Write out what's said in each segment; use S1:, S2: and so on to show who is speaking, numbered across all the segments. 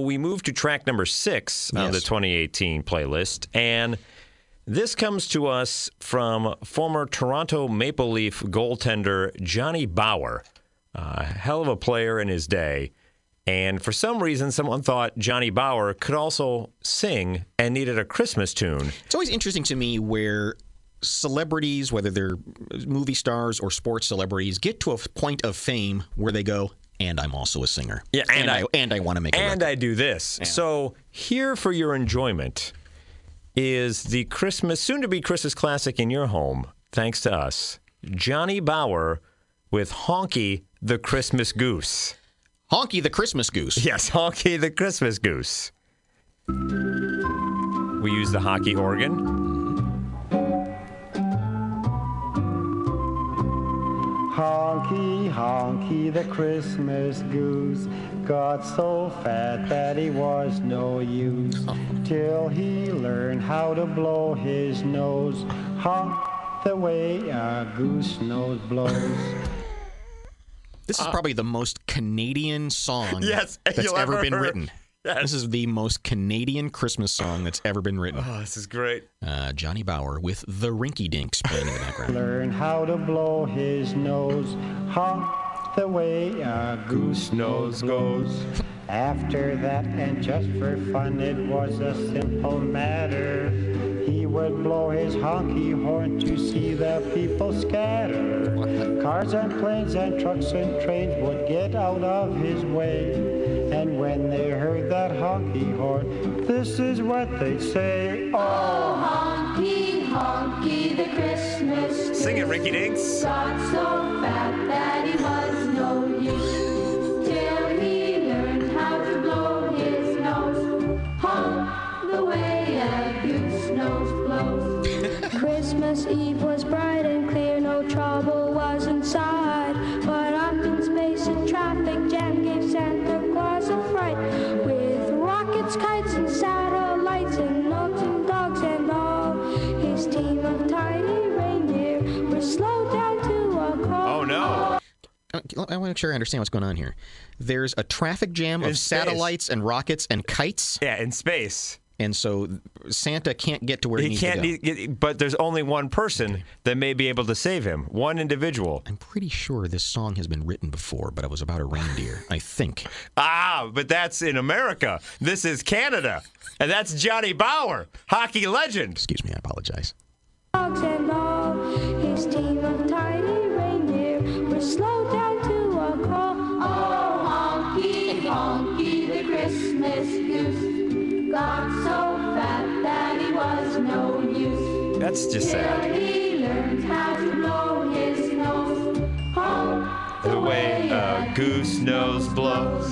S1: We move to track number six on the
S2: Yes.
S1: 2018 playlist, and this comes to us from former Toronto Maple Leaf goaltender Johnny Bauer. Uh, hell of a player in his day. And for some reason, someone thought Johnny Bauer could also sing and needed a Christmas tune.
S2: It's always interesting to me where celebrities, whether they're movie stars or sports celebrities, get to a f- point of fame where they go, and I'm also a singer.
S1: Yeah, and I-
S2: and I want to make a
S1: And
S2: record.
S1: I do this. So here for your enjoyment is the Christmas, soon to be Christmas classic in your home, thanks to us, Johnny Bauer with Honky the Christmas Goose.
S2: Honky the Christmas Goose.
S1: Yes, Honky the Christmas Goose. We use the hockey organ.
S3: Honky, honky, the Christmas goose got so fat that he was no use till he learned how to blow his nose. Honk the way a goose nose blows.
S2: This is probably the most Canadian song
S1: Uh, Yes,
S2: that's
S1: you'll
S2: ever
S1: ever
S2: been
S1: heard.
S2: written. This is the most Canadian Christmas song that's ever been written.
S1: Oh, this is great.
S2: Uh, Johnny Bauer with the Rinky Dinks playing in the background.
S3: Learn how to blow his nose. Honk the way a goose nose goes. After that, and just for fun, it was a simple matter. He would blow his honky horn to see the people scatter. Cars and planes and trucks and trains would get out of his way. And when they heard that honky horn, this is what they'd say. Oh!
S4: Honky, honky, the Christmas goose
S1: Sing it, Ricky Dinks.
S4: got so fat that he was no use till he learned how to blow his nose. Honk the way a goose nose blows. Christmas Eve was bright and clear, no trouble was inside. But up in space, a traffic jam gave Santa Claus a fright with rockets, kites, and satellites, and notes and dogs and all. His team of tiny reindeer were slowed down to a crawl.
S1: Oh, no.
S2: I want to make sure I understand what's going on here. There's a traffic jam
S1: In
S2: of
S1: space.
S2: satellites and rockets and kites,
S1: Yeah, in space.
S2: and so Santa can't get to where he,
S1: He
S2: needs
S1: can't,
S2: to go.
S1: he- but there's only one person that may be able to save him, one individual.
S2: I'm pretty sure this song has been written before, but it was about a reindeer, I think.
S1: Ah, but that's in America. This is Canada. And that's Johnny Bauer, hockey legend.
S2: Excuse me, I apologize.
S4: dogs and all. His team of tiny reindeer were slowed down to a crawl. Oh, honky, honky, the Christmas goose got so fat that he was no use.
S1: That's just
S4: Till
S1: sad.
S4: he learned how to blow his nose. Honk
S1: The way uh,
S4: a
S1: a goose nose blows.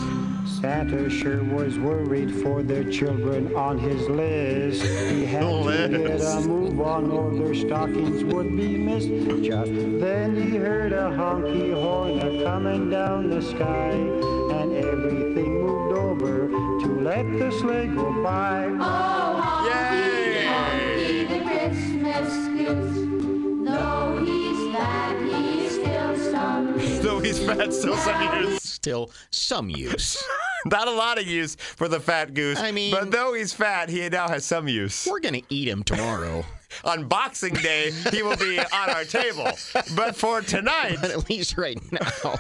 S3: Santa sure was worried for their children on his list. He had to get a move on or their stockings would be missed. Just then he heard a honky horn a coming down the sky, and everything moved over to let the sleigh go by.
S4: Oh, Honky the Christmas goose. Though he's fat, he's still some
S1: Though he's fat, still some use.
S2: Still some use.
S1: Not a lot of use for the fat goose.
S2: I mean-
S1: but though he's fat, he now has some use.
S2: We're going to eat him tomorrow,
S1: On Boxing Day, he will be on our table. But for tonight,
S2: but at least right now,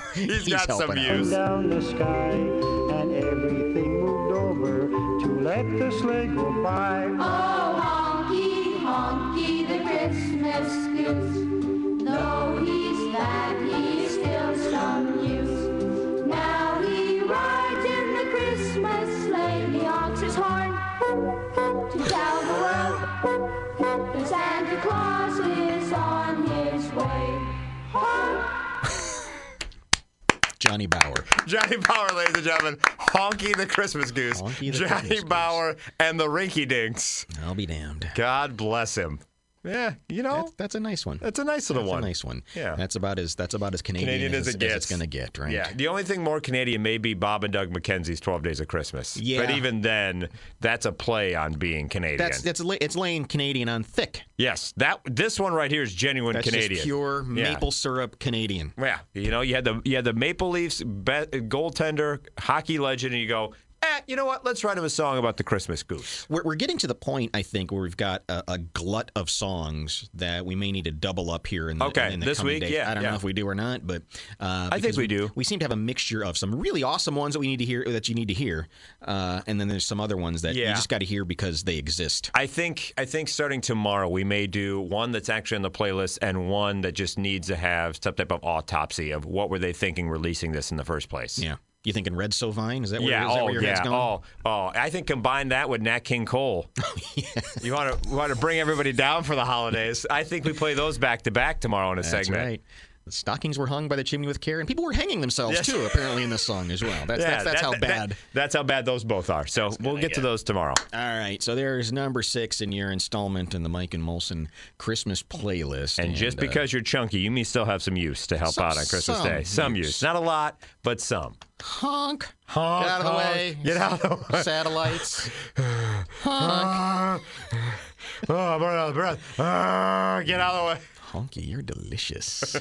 S2: he's,
S1: he's got some
S2: helping out.
S1: use.
S3: down the sky, and everything moved over to let the sleigh go by.
S4: Oh, honky, honky, the Christmas goose. Though he's fat, he's still some use. Now he rides in the Christmas sleigh. He honks his horn to tell the world that Santa Claus is on his way. Honk!
S2: Johnny Bauer.
S1: Johnny Bauer, ladies and gentlemen. Honky the Christmas Goose.
S2: Honky the
S1: Johnny
S2: Christmas Goose.
S1: Bauer and the Rinky Dinks.
S2: I'll be damned.
S1: God bless him. Yeah, you know,
S2: That's,
S1: that's,
S2: that's a nice one.
S1: a nice little
S2: That's
S1: one.
S2: a nice one.
S1: Yeah.
S2: That's about as that's about as Canadian,
S1: Canadian as it gets.
S2: it's going to get, right?
S1: Yeah, the only thing more Canadian may be Bob and Doug McKenzie's 12 Days of Christmas.
S2: Yeah.
S1: But even then, that's a play on being Canadian.
S2: That's that's la- it's laying Canadian on thick.
S1: yes, that this one right here is genuine
S2: That's
S1: Canadian.
S2: just pure
S1: Yeah.
S2: maple syrup Canadian.
S1: Yeah, you know, you had the you had the Maple Leafs be- goaltender, hockey legend, and you go, eh, eh, you know what? Let's write him a song about the Christmas goose.
S2: We're, we're getting to the point, I think, where we've got a, a glut of songs that we may need to double up here in the,
S1: Okay,
S2: in the
S1: this
S2: coming
S1: week,
S2: days.
S1: yeah,
S2: I don't
S1: yeah.
S2: know if we do or not, but uh,
S1: I think
S2: because
S1: we do.
S2: We seem to have a mixture of some really awesome ones that we need to hear that you need to hear, uh, and then there's some other ones that you
S1: Yeah.
S2: just got to hear because they exist.
S1: I think I think starting tomorrow we may do one that's actually on the playlist and one that just needs to have some type of autopsy of what were they thinking releasing this in the first place.
S2: Yeah, you thinking Red So Vine? Is that where,
S1: Yeah.
S2: is that
S1: oh,
S2: where your head's
S1: yeah.
S2: going?
S1: Oh, oh. I think combine that with Nat King Cole. You want to want to bring everybody down for the holidays. I think we play those back to back tomorrow in a
S2: That's
S1: segment.
S2: right. The stockings were hung by the chimney with care, and people were hanging themselves
S1: Yes.
S2: too. Apparently, in this song as well. That's
S1: Yeah,
S2: that's,
S1: that-
S2: that's how
S1: that-
S2: bad.
S1: that- that's how bad those both are. So we'll get to those tomorrow.
S2: All right, so there's number six in your installment in the Mike and Molson Christmas playlist.
S1: And just
S2: uh,
S1: because you're chunky, you may still have some use to help
S2: Some-
S1: out on Christmas
S2: some
S1: Day. Some use.
S2: use.
S1: not a lot, but some.
S2: honk,
S1: Honk,
S2: get out of
S1: honk,
S2: the way,
S1: get out of the way.
S2: satellites, honk,
S1: Oh, I'm running out of breath. get out of the way.
S2: honky, you're delicious.